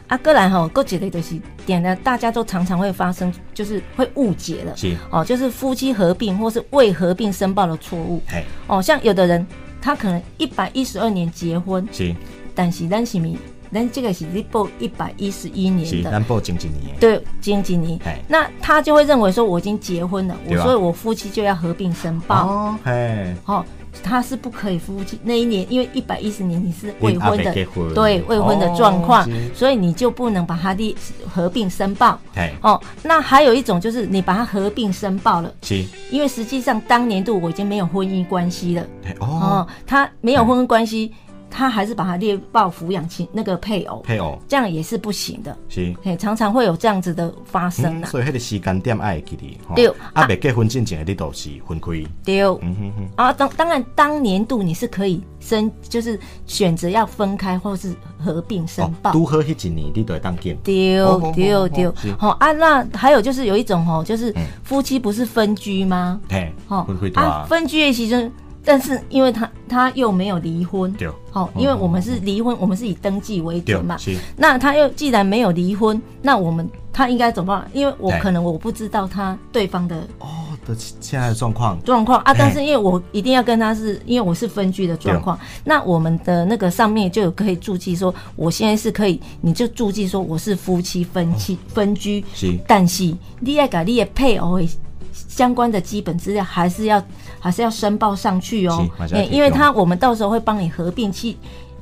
[SPEAKER 2] 啊，过来吼，过一个就是点了，大家都常常会发生，就是会误解了。
[SPEAKER 1] 是，
[SPEAKER 2] 哦，就是夫妻合并或是未合并申报的错误。
[SPEAKER 1] 嘿，
[SPEAKER 2] 哦，像有的人他可能一百一十二年结婚，
[SPEAKER 1] 是
[SPEAKER 2] 但是咱是咪，咱这个是你报一百一十一年
[SPEAKER 1] 是，
[SPEAKER 2] 的，
[SPEAKER 1] 咱报前一年的，
[SPEAKER 2] 对，经济年
[SPEAKER 1] 嘿。
[SPEAKER 2] 那他就会认为说我已经结婚了，我
[SPEAKER 1] 对啊
[SPEAKER 2] 所以我夫妻就要合并申报。
[SPEAKER 1] 哦，嘿，
[SPEAKER 2] 哦，他是不可以夫妻那一年，因为一百一十年你是未婚
[SPEAKER 1] 因还没
[SPEAKER 2] 的
[SPEAKER 1] 结婚，
[SPEAKER 2] 对未婚的状
[SPEAKER 1] 哦
[SPEAKER 2] 况，
[SPEAKER 1] 是
[SPEAKER 2] 所以你就不能把它列合并申报。
[SPEAKER 1] 嘿，
[SPEAKER 2] 哦，那还有一种就是你把它合并申报了，
[SPEAKER 1] 是，
[SPEAKER 2] 因为实际上当年度我已经没有婚姻关系了。
[SPEAKER 1] 嘿，
[SPEAKER 2] 哦
[SPEAKER 1] 哦，，
[SPEAKER 2] 他没有婚姻关系，他还是把它列报抚养亲那个配偶，
[SPEAKER 1] 配偶
[SPEAKER 2] 这样也是不行的。
[SPEAKER 1] 是。
[SPEAKER 2] 嘿，常常会有这样子的发生
[SPEAKER 1] 嗯，
[SPEAKER 2] 啊。
[SPEAKER 1] 所以迄个时间点爱会记哩，吼
[SPEAKER 2] 对
[SPEAKER 1] 啊，
[SPEAKER 2] 啊
[SPEAKER 1] 未结婚之前的你都是分开，
[SPEAKER 2] 对。
[SPEAKER 1] 嗯哼哼，
[SPEAKER 2] 啊，当当然，当年度你是可以申，就是选择要分开或是合并申报。
[SPEAKER 1] 哦拄好迄一年你都会当见，哦哦
[SPEAKER 2] 丢
[SPEAKER 1] 哦
[SPEAKER 2] 丢丢
[SPEAKER 1] 哦是，
[SPEAKER 2] 好啊！那还有就是有一种哦，就是夫妻不是分居吗？
[SPEAKER 1] 嘿，
[SPEAKER 2] 哦
[SPEAKER 1] 分开住
[SPEAKER 2] 啊，
[SPEAKER 1] 啊，
[SPEAKER 2] 分居的其实，但是因为他他又没有离婚，
[SPEAKER 1] 对嗯
[SPEAKER 2] 哦，因为我们是离婚，我们是以登记为
[SPEAKER 1] 对
[SPEAKER 2] 准嘛，。
[SPEAKER 1] 是，
[SPEAKER 2] 那他又既然没有离婚，那我们他应该怎么办？因为我
[SPEAKER 1] 对
[SPEAKER 2] 可能我不知道他对方的
[SPEAKER 1] 哦，就是现在的状况，
[SPEAKER 2] 状况啊，
[SPEAKER 1] 嘿
[SPEAKER 2] 但是因为我一定要跟他是，因为我是分居的状况，那我们的那个上面就有可以注记说，我现在是可以，你就注记说我是夫妻分妻、分居，
[SPEAKER 1] 哦是
[SPEAKER 2] 但是你要把你的配偶的相关的基本资料还是要还是要申报上去哦
[SPEAKER 1] 是还，是要
[SPEAKER 2] 因为
[SPEAKER 1] 提供
[SPEAKER 2] 因为他我们到时候会帮你合并起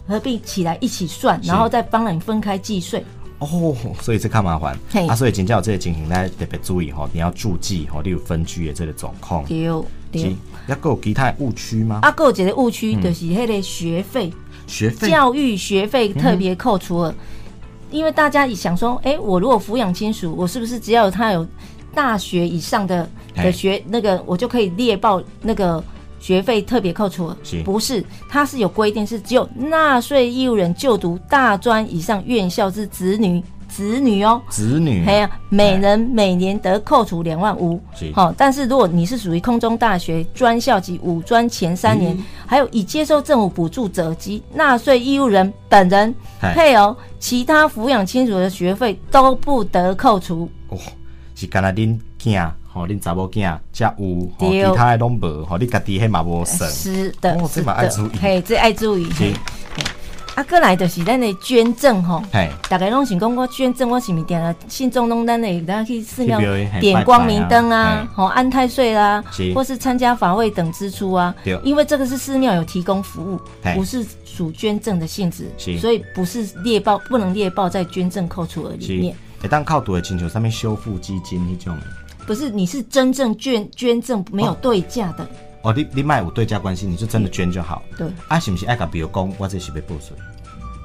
[SPEAKER 2] 合并起来一起算，然后再帮你分开计税，
[SPEAKER 1] 哦，所以这较麻烦
[SPEAKER 2] 嘿
[SPEAKER 1] 啊，所以真正有这个情形，咱特别注意吼，你要注记吼，你有分居的这个状况，
[SPEAKER 2] 对哦
[SPEAKER 1] 是嗯
[SPEAKER 2] 对。，
[SPEAKER 1] 抑个有其他的误区吗？
[SPEAKER 2] 啊，还有一个误区就是迄个学费。
[SPEAKER 1] 学费嗯
[SPEAKER 2] 教育学费特别扣除了，因为大家也想说，哎、我如果抚养亲属，我是不是只要他有大学以上的
[SPEAKER 1] 哎
[SPEAKER 2] 的学、那个，我就可以列报那个学费特别扣除了？
[SPEAKER 1] 是
[SPEAKER 2] 不是，它是有规定，是只有纳税义务人就读大专以上院校之子女子女哦。
[SPEAKER 1] 子女
[SPEAKER 2] 哎呀，每人每年得扣除两万五
[SPEAKER 1] 是，
[SPEAKER 2] 好、但是如果你是属于空中大学专校及五专前三年，
[SPEAKER 1] 嗯
[SPEAKER 2] 还有已接受政府补助者及纳税义务人本人、
[SPEAKER 1] 哎
[SPEAKER 2] 配偶、其他抚养亲属的学费都不得扣除。
[SPEAKER 1] 哦，是干那恁囝吼，恁查某囝才有，吼，
[SPEAKER 2] 对
[SPEAKER 1] 其他的拢无，吼，你家己迄嘛无算，
[SPEAKER 2] 是的，
[SPEAKER 1] 哦这
[SPEAKER 2] 是
[SPEAKER 1] 嘛爱
[SPEAKER 2] 的
[SPEAKER 1] 注意，
[SPEAKER 2] 嘿，这爱注意。
[SPEAKER 1] 是
[SPEAKER 2] 嘿，啊，过来就是咱的捐赠吼。
[SPEAKER 1] 嘿，
[SPEAKER 2] 大家拢想讲，我捐赠我是毋是定啊？信众拢咱会咱去寺庙
[SPEAKER 1] 去庙宇嘿
[SPEAKER 2] 点光明灯
[SPEAKER 1] 拜拜啊
[SPEAKER 2] 啊，吼安太岁啦
[SPEAKER 1] 是，
[SPEAKER 2] 或是参加法会等支出啊
[SPEAKER 1] 对。
[SPEAKER 2] 因为这个是寺庙有提供服务
[SPEAKER 1] 嘿，
[SPEAKER 2] 不是属捐赠的性质
[SPEAKER 1] 是，
[SPEAKER 2] 所以不是列报，不能列报在捐赠扣除额里
[SPEAKER 1] 是
[SPEAKER 2] 面。，
[SPEAKER 1] 会当靠拄的亲像上面修复基金迄种的，
[SPEAKER 2] 不是，你是真正捐捐赠没有对价的，
[SPEAKER 1] 哦，你你卖有对价关系，你就真的捐就好。
[SPEAKER 2] 对，
[SPEAKER 1] 啊，是不是爱甲比如讲，我这是要报税？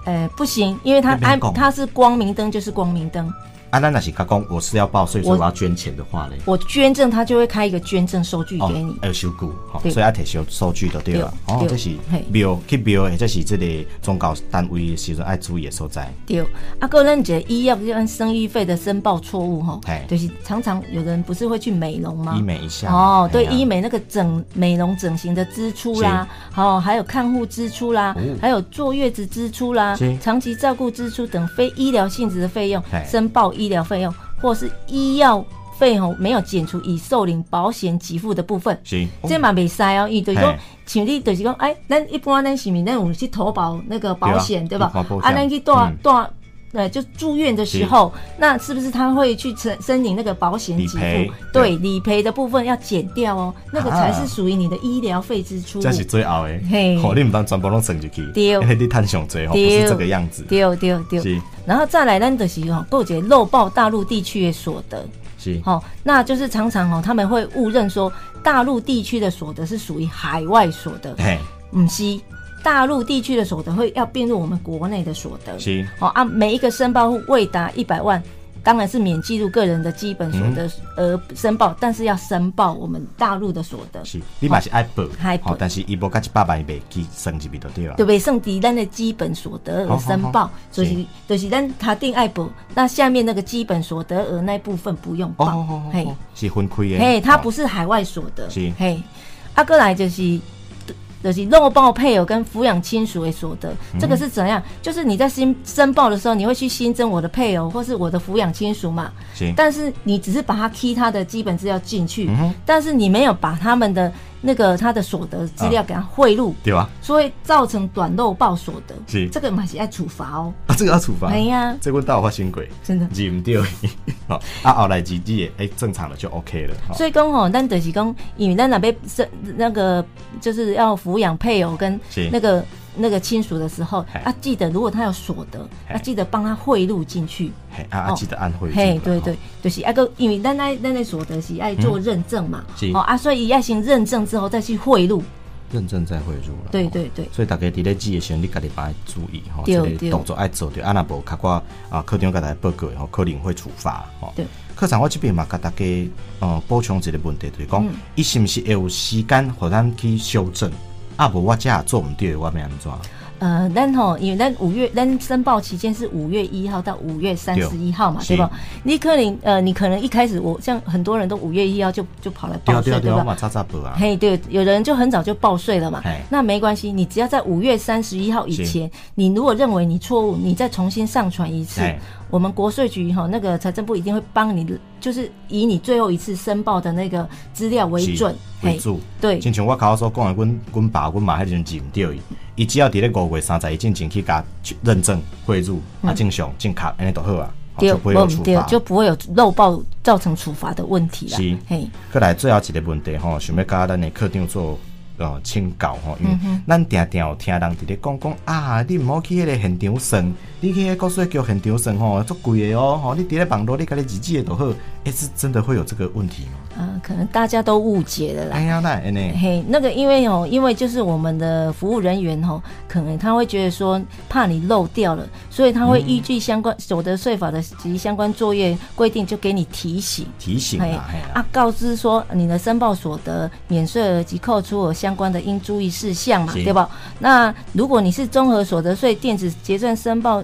[SPEAKER 2] 呃，不行，因为它
[SPEAKER 1] 那边
[SPEAKER 2] 安
[SPEAKER 1] 供
[SPEAKER 2] 它是光明灯就是光明灯，
[SPEAKER 1] 啊，咱若是讲我是要报税，所以
[SPEAKER 2] 我
[SPEAKER 1] 我要捐钱的话嘞，
[SPEAKER 2] 我捐赠，他就会开一个捐赠收据
[SPEAKER 1] 哦
[SPEAKER 2] 给你。，
[SPEAKER 1] 要有收据，吼，
[SPEAKER 2] 对
[SPEAKER 1] 所以要摕收收据就对了。
[SPEAKER 2] 对
[SPEAKER 1] 哦，
[SPEAKER 2] 对
[SPEAKER 1] 这是
[SPEAKER 2] 嘿
[SPEAKER 1] 庙去庙，或者是这个宗教单位的时阵爱注意的所在。
[SPEAKER 2] 对，啊，个咱这医药就按生育费的申报错误吼
[SPEAKER 1] 嘿，
[SPEAKER 2] 就是常常有人不是会去美容吗？
[SPEAKER 1] 医美一下
[SPEAKER 2] 哦，对，
[SPEAKER 1] 哎呀
[SPEAKER 2] 医美那个整美容整形的支出啦，好、还有看护支出啦，
[SPEAKER 1] 哦
[SPEAKER 2] 还有坐月子支出啦
[SPEAKER 1] 是，
[SPEAKER 2] 长期照顾支出等非医疗性质的费用
[SPEAKER 1] 嘿，
[SPEAKER 2] 申报医疗费用或是医药费吼没有减除已受领保险给付的部分。
[SPEAKER 1] 是，
[SPEAKER 2] 这嘛袂使哦，伊就是
[SPEAKER 1] 嘿
[SPEAKER 2] 讲，像你就是讲，哎，咱一般咱是毋是咱有去投保那个保险
[SPEAKER 1] 对
[SPEAKER 2] 对
[SPEAKER 1] 啊
[SPEAKER 2] 吧
[SPEAKER 1] 有投保？
[SPEAKER 2] 啊，
[SPEAKER 1] 险
[SPEAKER 2] 咱去多
[SPEAKER 1] 嗯
[SPEAKER 2] 多呃，就住院的时候，那是不是他会去申申领那个保险给
[SPEAKER 1] 理赔
[SPEAKER 2] 付？对，理赔的部分要减掉哦，那个
[SPEAKER 1] 啊
[SPEAKER 2] 才是属于你的医疗费支出。
[SPEAKER 1] 这是最后的，哦
[SPEAKER 2] 嘿
[SPEAKER 1] 吼，你毋通全部拢算入去，
[SPEAKER 2] 对
[SPEAKER 1] 因为你趁上济吼，不
[SPEAKER 2] 对
[SPEAKER 1] 是这个样子，
[SPEAKER 2] 对对对，
[SPEAKER 1] 是
[SPEAKER 2] 然后再来咱就是吼，还有一个漏报大陆地区的所得，
[SPEAKER 1] 是，
[SPEAKER 2] 哦，那就是常常哦，他们会误认说大陆地区的所得是属于海外所得，
[SPEAKER 1] 嘿，
[SPEAKER 2] 唔嗯是，大陆地区的所得会要并入我们国内的所得。
[SPEAKER 1] 是
[SPEAKER 2] 好、啊，每一个申报户未达一百万，当然是免计入个人的基本所得而申报，但是要申报我们大陆的所得，
[SPEAKER 1] 嗯是，你嘛是爱报
[SPEAKER 2] 哦爱，报
[SPEAKER 1] 吼，但是伊无甲一百万袂去算入去就对啊。
[SPEAKER 2] 对不对？剩抵咱的基本所得额申报，
[SPEAKER 1] 好好
[SPEAKER 2] 就是就是咱他定爱补，那下面那个基本所得额那部分不用报，
[SPEAKER 1] 哦，
[SPEAKER 2] 嘿
[SPEAKER 1] 哦，是分开的，
[SPEAKER 2] 嘿，它不
[SPEAKER 1] 是
[SPEAKER 2] 是海外所得，
[SPEAKER 1] 是
[SPEAKER 2] 嘿，啊，过来就是。就是漏报配偶跟抚养亲属的所得，
[SPEAKER 1] 嗯
[SPEAKER 2] 这个是怎样？就是你在新申报的时候，你会去新增我的配偶或是我的抚养亲属嘛？
[SPEAKER 1] 哦是
[SPEAKER 2] 但是你只是把它 key 他的基本资料进去，
[SPEAKER 1] 嗯哼
[SPEAKER 2] 但是你没有把他们的那个他的所得资料给他汇入，
[SPEAKER 1] 对啊吧？
[SPEAKER 2] 所以造成短漏报所得。
[SPEAKER 1] 嗯是
[SPEAKER 2] 这个嘛是要处罚哦。
[SPEAKER 1] 啊， *laughs* 这个要处罚，
[SPEAKER 2] 哎呀
[SPEAKER 1] 这阮倒有发生过，
[SPEAKER 2] 真的
[SPEAKER 1] 认唔对， *laughs* 吼，啊后来日日诶正常了就 OK 了，哦吼
[SPEAKER 2] 所以讲吼，咱就是讲，因为咱那边是那个就是要抚养配偶跟
[SPEAKER 1] 是
[SPEAKER 2] 那个那个亲属的时候
[SPEAKER 1] 嘿，
[SPEAKER 2] 啊，记得如果他有所得，
[SPEAKER 1] 嘿
[SPEAKER 2] 啊，记得帮他汇入进去。
[SPEAKER 1] 嘿啊啊
[SPEAKER 2] 哦
[SPEAKER 1] 记得按会
[SPEAKER 2] 嘿，对对，就是啊个，因为咱那咱那所得是爱做认证嘛
[SPEAKER 1] 嗯是，
[SPEAKER 2] 哦啊，所以要先认证之后再去汇入。
[SPEAKER 1] 认证再汇入了，
[SPEAKER 2] 对
[SPEAKER 1] 吼
[SPEAKER 2] 对对
[SPEAKER 1] 所以大家伫咧记的时候，你家己把它注意吼，
[SPEAKER 2] 对
[SPEAKER 1] 这个
[SPEAKER 2] 对
[SPEAKER 1] 动作爱做对，啊若无较我啊课长甲大家报告的吼，可能会处罚吼
[SPEAKER 2] 对。
[SPEAKER 1] 课长我这边嘛甲大家呃补充一个问题，就是讲，
[SPEAKER 2] 嗯
[SPEAKER 1] 伊、是毋是会有时间互咱去修正？啊无我遮也做毋对的，我要安怎？
[SPEAKER 2] 呃，咱吼，因为咱五月咱申报期间是五月一号到五月三十一号嘛，
[SPEAKER 1] 是
[SPEAKER 2] 对吧？你可能呃，你可能一开始我像很多人都五月一号就就跑来
[SPEAKER 1] 对
[SPEAKER 2] 报
[SPEAKER 1] 啊
[SPEAKER 2] 税
[SPEAKER 1] 对，啊对啊，
[SPEAKER 2] 吧
[SPEAKER 1] 我？嘛早早报啊，
[SPEAKER 2] 嘿，对，有的人就很早就报税了嘛
[SPEAKER 1] 嘿，
[SPEAKER 2] 那没关系，你只要在五月三十一号以前，你如果认为你错误，你再重新上传一次
[SPEAKER 1] 嘿，
[SPEAKER 2] 我们国税局哈那个财政部一定会帮你，就是以你最后一次申报的那个资料为准，
[SPEAKER 1] 为主。
[SPEAKER 2] 对
[SPEAKER 1] 亲像我口所讲的，阮阮爸阮妈迄阵认对伊，伊只要伫咧五月三十一进前去甲认证汇入，啊正常正确安尼就好啊，吼
[SPEAKER 2] 嗯对，
[SPEAKER 1] 就不会有
[SPEAKER 2] 不
[SPEAKER 1] 处
[SPEAKER 2] 对
[SPEAKER 1] 罚，。
[SPEAKER 2] 就不会有漏报造成处罚的问题啦
[SPEAKER 1] 是，
[SPEAKER 2] 嘿，
[SPEAKER 1] 再来最后一个问题吼，想要甲咱的课长做呃请教吼，
[SPEAKER 2] 嗯
[SPEAKER 1] 因为咱定定有听人伫咧讲讲啊，你毋好去迄个现场算，你去迄个国税局现场算吼，足贵的哦，吼，你伫咧网络你甲你日记的就好，诶、是真的会有这个问题吗？
[SPEAKER 2] 呃，可能大家都误解了啦
[SPEAKER 1] 哎。呀，那安尼
[SPEAKER 2] 嘿，那个因为哦，因为就是我们的服务人员哦，可能他会觉得说怕你漏掉了，所以他会依据相关所得税法的及相关作业规定，就给你 *laughs* 提醒。
[SPEAKER 1] 提醒
[SPEAKER 2] 嘿
[SPEAKER 1] 啦，嘿啦，
[SPEAKER 2] 啊，告知说你的申报所得、免税额及扣除额相关的应注意事项嘛，
[SPEAKER 1] 是
[SPEAKER 2] 对吧？那如果你是综合所得税电子结算申报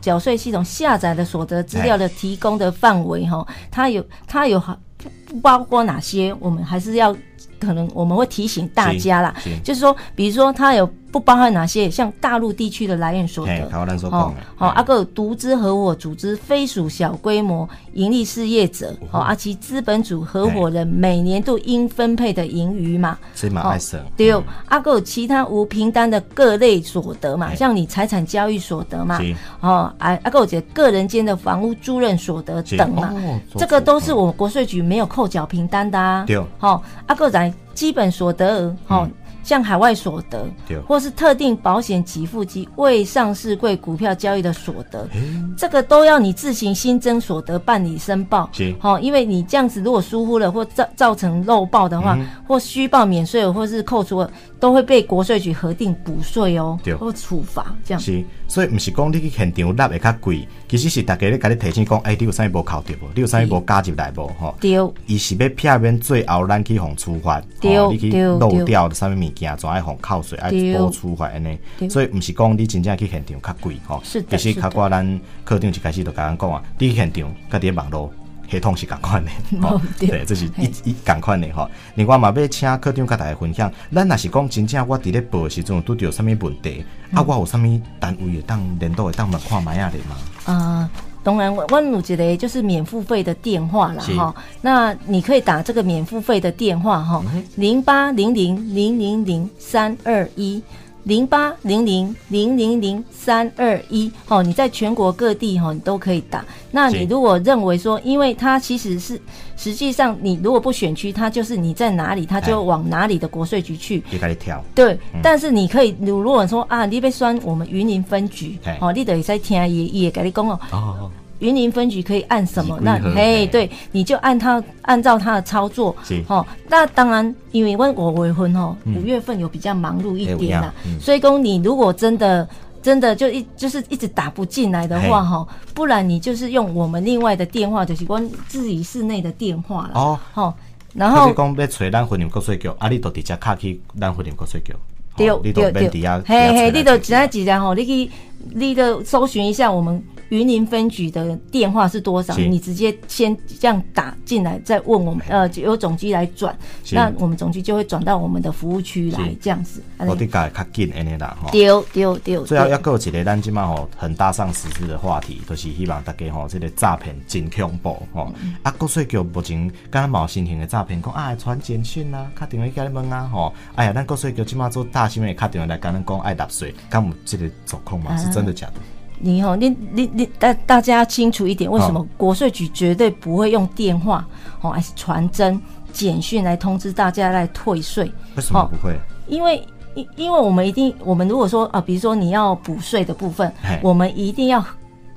[SPEAKER 2] 缴税系统下载的所得资料的提供的范围哈，它有它有不不包括哪些，我们还是要可能我们会提醒大家啦
[SPEAKER 1] 是是，
[SPEAKER 2] 就是说，比如说它有不包含哪些，像大陆地区的来源所
[SPEAKER 1] 嘿
[SPEAKER 2] 得，
[SPEAKER 1] 头咱所讲
[SPEAKER 2] 哦
[SPEAKER 1] 的，哎
[SPEAKER 2] 哦，啊，还有独资合伙组织非属小规模盈利事业者，哦，啊，其资本主合伙人每年度应分配的盈余嘛，
[SPEAKER 1] 这嘛爱算。
[SPEAKER 2] 对，啊，还有其他无凭单的各类所得嘛，
[SPEAKER 1] 嘿
[SPEAKER 2] 像你财产交易所得嘛
[SPEAKER 1] 哎是，
[SPEAKER 2] 哦，啊，啊，还有这个人间的房屋租赁所得
[SPEAKER 1] 是
[SPEAKER 2] 等嘛
[SPEAKER 1] 哦，
[SPEAKER 2] 这个都是我们国税局没有扣缴凭单的啊，
[SPEAKER 1] 对嗯
[SPEAKER 2] 哦，啊，还有在基本所得额，哦，像海外所得
[SPEAKER 1] 对，
[SPEAKER 2] 或是特定保险给付及未上市柜股票交易的所得
[SPEAKER 1] 诶，
[SPEAKER 2] 这个都要你自行新增所得办理申报。
[SPEAKER 1] 是
[SPEAKER 2] 好、因为你这样子如果疏忽了或造造成漏报的
[SPEAKER 1] 嗯
[SPEAKER 2] 话，或虚报免税额或是扣除额，都会被国税局核定补税哦
[SPEAKER 1] 对，
[SPEAKER 2] 或处罚这样。
[SPEAKER 1] 是，所以毋是讲你去现场纳会较贵，其实是大家咧甲你提醒讲，哎、你有啥物无扣着无？你有啥物无加入来无？吼，
[SPEAKER 2] 对
[SPEAKER 1] 伊是要避免最后咱去互处罚，哦
[SPEAKER 2] 对
[SPEAKER 1] 你去
[SPEAKER 2] 对
[SPEAKER 1] 漏
[SPEAKER 2] 对
[SPEAKER 1] 掉啥物物件，全爱互扣税，爱
[SPEAKER 2] 对
[SPEAKER 1] 补处罚安尼。
[SPEAKER 2] 对
[SPEAKER 1] 所以毋是讲你真正去现场较贵吼，
[SPEAKER 2] 是的
[SPEAKER 1] 其实
[SPEAKER 2] 是的
[SPEAKER 1] 较寡咱课长一开始就甲咱讲啊，你去现场甲伫网络。系统是共款
[SPEAKER 2] *laughs*
[SPEAKER 1] 的，吼
[SPEAKER 2] 哦对
[SPEAKER 1] 对，这是一一共款的吼。另外嘛，要请课长甲大家分享，咱若是讲真正我伫咧报的时阵有拄着啥物问题，啊，
[SPEAKER 2] 嗯
[SPEAKER 1] 我有啥物单位会当联络会当问看卖啊咧嘛？
[SPEAKER 2] 啊、当然，我我有一个就是免付费的电话啦
[SPEAKER 1] 是
[SPEAKER 2] 哈。那你可以打这个免付费的电话哈，
[SPEAKER 1] 嗯
[SPEAKER 2] 零八零零零零零三二一。零八零零零零零三二一，哦，你在全国各地哈、哦，你都可以打。那
[SPEAKER 1] 是
[SPEAKER 2] 你如果认为说，因为它其实是实际上你如果不选区，它就是你在哪里，它
[SPEAKER 1] 哎嗯
[SPEAKER 2] 就往哪里的国税局去。
[SPEAKER 1] 伊甲你跳，
[SPEAKER 2] 对，但是你可以，你如果说啊，你被酸我们云林分局
[SPEAKER 1] 嘿，
[SPEAKER 2] 哦，你得在听也也跟你讲哦，
[SPEAKER 1] 哦，
[SPEAKER 2] 云林分局可以按什
[SPEAKER 1] 以？
[SPEAKER 2] 么
[SPEAKER 1] 归
[SPEAKER 2] 那
[SPEAKER 1] 合嘿
[SPEAKER 2] 嘿，对，你就按他按照他的操作
[SPEAKER 1] 是，嗯
[SPEAKER 2] 哦。那当然，因为问我未婚哦，五月份有比较忙碌一
[SPEAKER 1] 哎有
[SPEAKER 2] 点
[SPEAKER 1] 呀
[SPEAKER 2] 啦，
[SPEAKER 1] 嗯
[SPEAKER 2] 所以公你如果真的。真的就一就是一直打不进来的话
[SPEAKER 1] 嘿
[SPEAKER 2] 哈，不然你就是用我们另外的电话，就是关自己室内的电话了
[SPEAKER 1] 哦，
[SPEAKER 2] 哦。然
[SPEAKER 1] 可
[SPEAKER 2] 后
[SPEAKER 1] 是讲要找咱婚姻国税局，啊，你就直接卡去咱婚姻国税局，
[SPEAKER 2] 对
[SPEAKER 1] 哦吼你就
[SPEAKER 2] 对
[SPEAKER 1] 免
[SPEAKER 2] 对，
[SPEAKER 1] 伫遐，
[SPEAKER 2] 嘿嘿，你就
[SPEAKER 1] 直
[SPEAKER 2] 只要几下吼，你去你就搜寻一下我们云林分局的电话是多少，
[SPEAKER 1] 是
[SPEAKER 2] 你直接先这样打进来，再问我们呃由总局来转，
[SPEAKER 1] 是
[SPEAKER 2] 那我们总局就会转到我们的服务区来
[SPEAKER 1] 是哦
[SPEAKER 2] 这样子。安尼
[SPEAKER 1] 我得家较紧安尼啦，吼。
[SPEAKER 2] 丢丢丢，
[SPEAKER 1] 最后
[SPEAKER 2] 对
[SPEAKER 1] 还佫有一个咱即满吼很大上实施的话题，就是希望大家吼即、个诈骗真恐怖吼。
[SPEAKER 2] 嗯
[SPEAKER 1] 啊，国税局目前敢若嘛有新型的诈骗，讲啊会传简讯啊，敲电话甲你问啊吼。哎呀，咱国税局即满做大新闻，敲电话来甲咱讲爱纳税，敢有即个状况
[SPEAKER 2] 啊
[SPEAKER 1] 嘛？是真的假的？
[SPEAKER 2] 你吼，你你你大大家清楚一点，为什么国税局绝对不会用电话哦，还是传真、简讯来通知大家来退税？
[SPEAKER 1] 为什么
[SPEAKER 2] 哦
[SPEAKER 1] 不会？
[SPEAKER 2] 因为因因为我们一定，我们如果说啊，比如说你要补税的部分
[SPEAKER 1] 嘿，
[SPEAKER 2] 我们一定要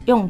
[SPEAKER 2] 用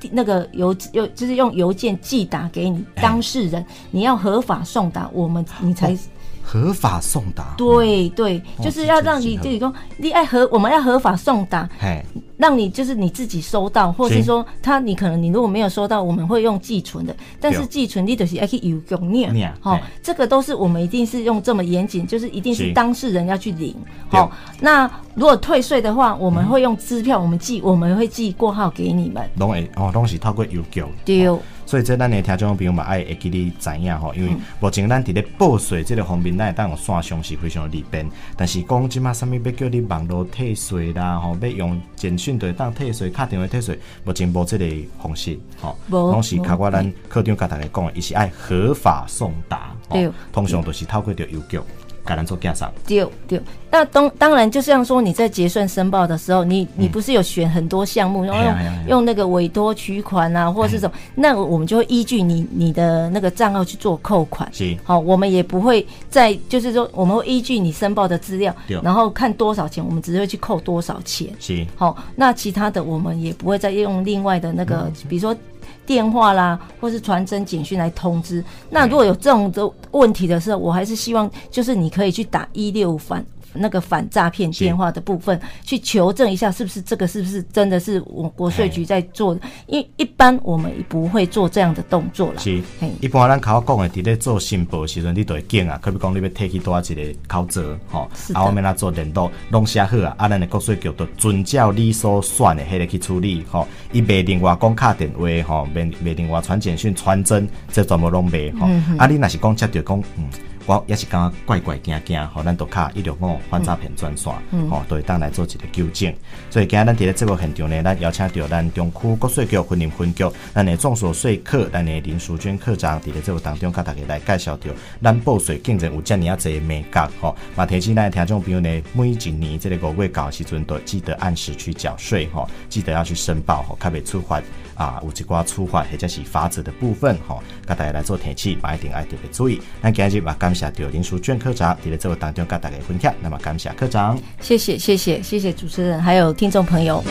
[SPEAKER 2] 地那个邮邮，就是用邮件寄达给你
[SPEAKER 1] 嘿
[SPEAKER 2] 当事人，你要合法送达，我们你才、
[SPEAKER 1] 合法送达？，
[SPEAKER 2] 对对，
[SPEAKER 1] 哦
[SPEAKER 2] 就是
[SPEAKER 1] 这
[SPEAKER 2] 要
[SPEAKER 1] 真
[SPEAKER 2] 让
[SPEAKER 1] 是
[SPEAKER 2] 你
[SPEAKER 1] 合
[SPEAKER 2] 自己说，你爱合，我们要合法送达，
[SPEAKER 1] 嘿，
[SPEAKER 2] 让你就是你自己收到，或是
[SPEAKER 1] 是
[SPEAKER 2] 说他你可能你如果没有收到，我们会用寄存的，但是
[SPEAKER 1] 对
[SPEAKER 2] 寄存你就是要去邮局
[SPEAKER 1] 领
[SPEAKER 2] 念，哦
[SPEAKER 1] 嘿，
[SPEAKER 2] 这个都是我们一定是用这么严谨，就是一定
[SPEAKER 1] 是
[SPEAKER 2] 是当事人要去领，
[SPEAKER 1] 对嗯
[SPEAKER 2] 哦，那如果退税的话，我们会用支票，我们寄我们会寄过号给你们，
[SPEAKER 1] 拢会哦，拢是透过邮局。
[SPEAKER 2] 对，
[SPEAKER 1] 所以这咱的听众朋友嘛，爱会记你知影吼，因
[SPEAKER 2] 嗯
[SPEAKER 1] 为目前咱伫咧报税这个方面，咱会当用线上是非常利便。但是讲即马啥物要叫你网络退税啦，吼，要用简讯就会当退税、敲电话退税，目前无即个方式吼，
[SPEAKER 2] 无
[SPEAKER 1] 拢是靠我咱
[SPEAKER 2] 无
[SPEAKER 1] 课长甲大家讲的，伊是爱合法送达，吼
[SPEAKER 2] 对
[SPEAKER 1] 通常都是透过着邮局甲咱做寄送。
[SPEAKER 2] 对对，那当当然，就像说你在结算申报的时候，你你不是有选很多项目，然
[SPEAKER 1] 嗯
[SPEAKER 2] 后
[SPEAKER 1] 哎
[SPEAKER 2] 用、
[SPEAKER 1] 呀哎呀嗯哎呀
[SPEAKER 2] 用那个委托取款啊，或者是什么，那我们就会依据你你的那个账号去做扣款。
[SPEAKER 1] 是
[SPEAKER 2] 好、我们也不会再就是说，我们会依据你申报的资料
[SPEAKER 1] 对，
[SPEAKER 2] 然后看多少钱，我们只会去扣多少钱。
[SPEAKER 1] 是，
[SPEAKER 2] 好、那其他的我们也不会再用另外的那个，比如说电话啦，或是传真、简讯来通知。那如果有这种的问题的时候，我还是希望就是你可以去打一六反那个反诈骗电话的部分，去求证一下是不是这个是不是真的是我国税局在做的，因为一般我们也不会做这样的动作啦。
[SPEAKER 1] 是
[SPEAKER 2] 嘿，
[SPEAKER 1] 一般咱口讲的，伫咧做申报的时阵，你就会见啊，可比讲你要摕去倒一个口折吼，
[SPEAKER 2] 是的
[SPEAKER 1] 啊，我们来做联络，拢写好啊，啊，咱的国税局就遵照你所选的迄个去处理吼，伊袂另外讲敲电话吼，袂袂另外传简讯、传真，这全部拢袂吼。
[SPEAKER 2] 嗯
[SPEAKER 1] 啊，你若是讲接到讲，嗯，我也是感觉怪怪惊惊吼，咱就敲一六五反诈骗专线
[SPEAKER 2] 嗯
[SPEAKER 1] 吼，就会当来做一个纠正。所以今日咱伫咧节目现场呢，咱邀请到咱中区国税局婚姻分局，咱的众所税课，咱的林淑娟科长伫咧节目当中，甲大家来介绍到，咱报税竟然有遮尔啊侪美角吼，嘛提醒咱的听众朋友呢，每一年这个五月到的时阵，都记得按时去缴税吼，记得要去申报吼，较袂处罚。啊有一寡处罚或者是罚则的部分吼，甲、大家来做提醒，嘛一定爱特别注意。咱今日嘛感谢着林淑娟科长伫咧这个当中甲大家分享，那么感谢科长。
[SPEAKER 2] 谢谢谢谢谢谢主持人，还有听众朋友。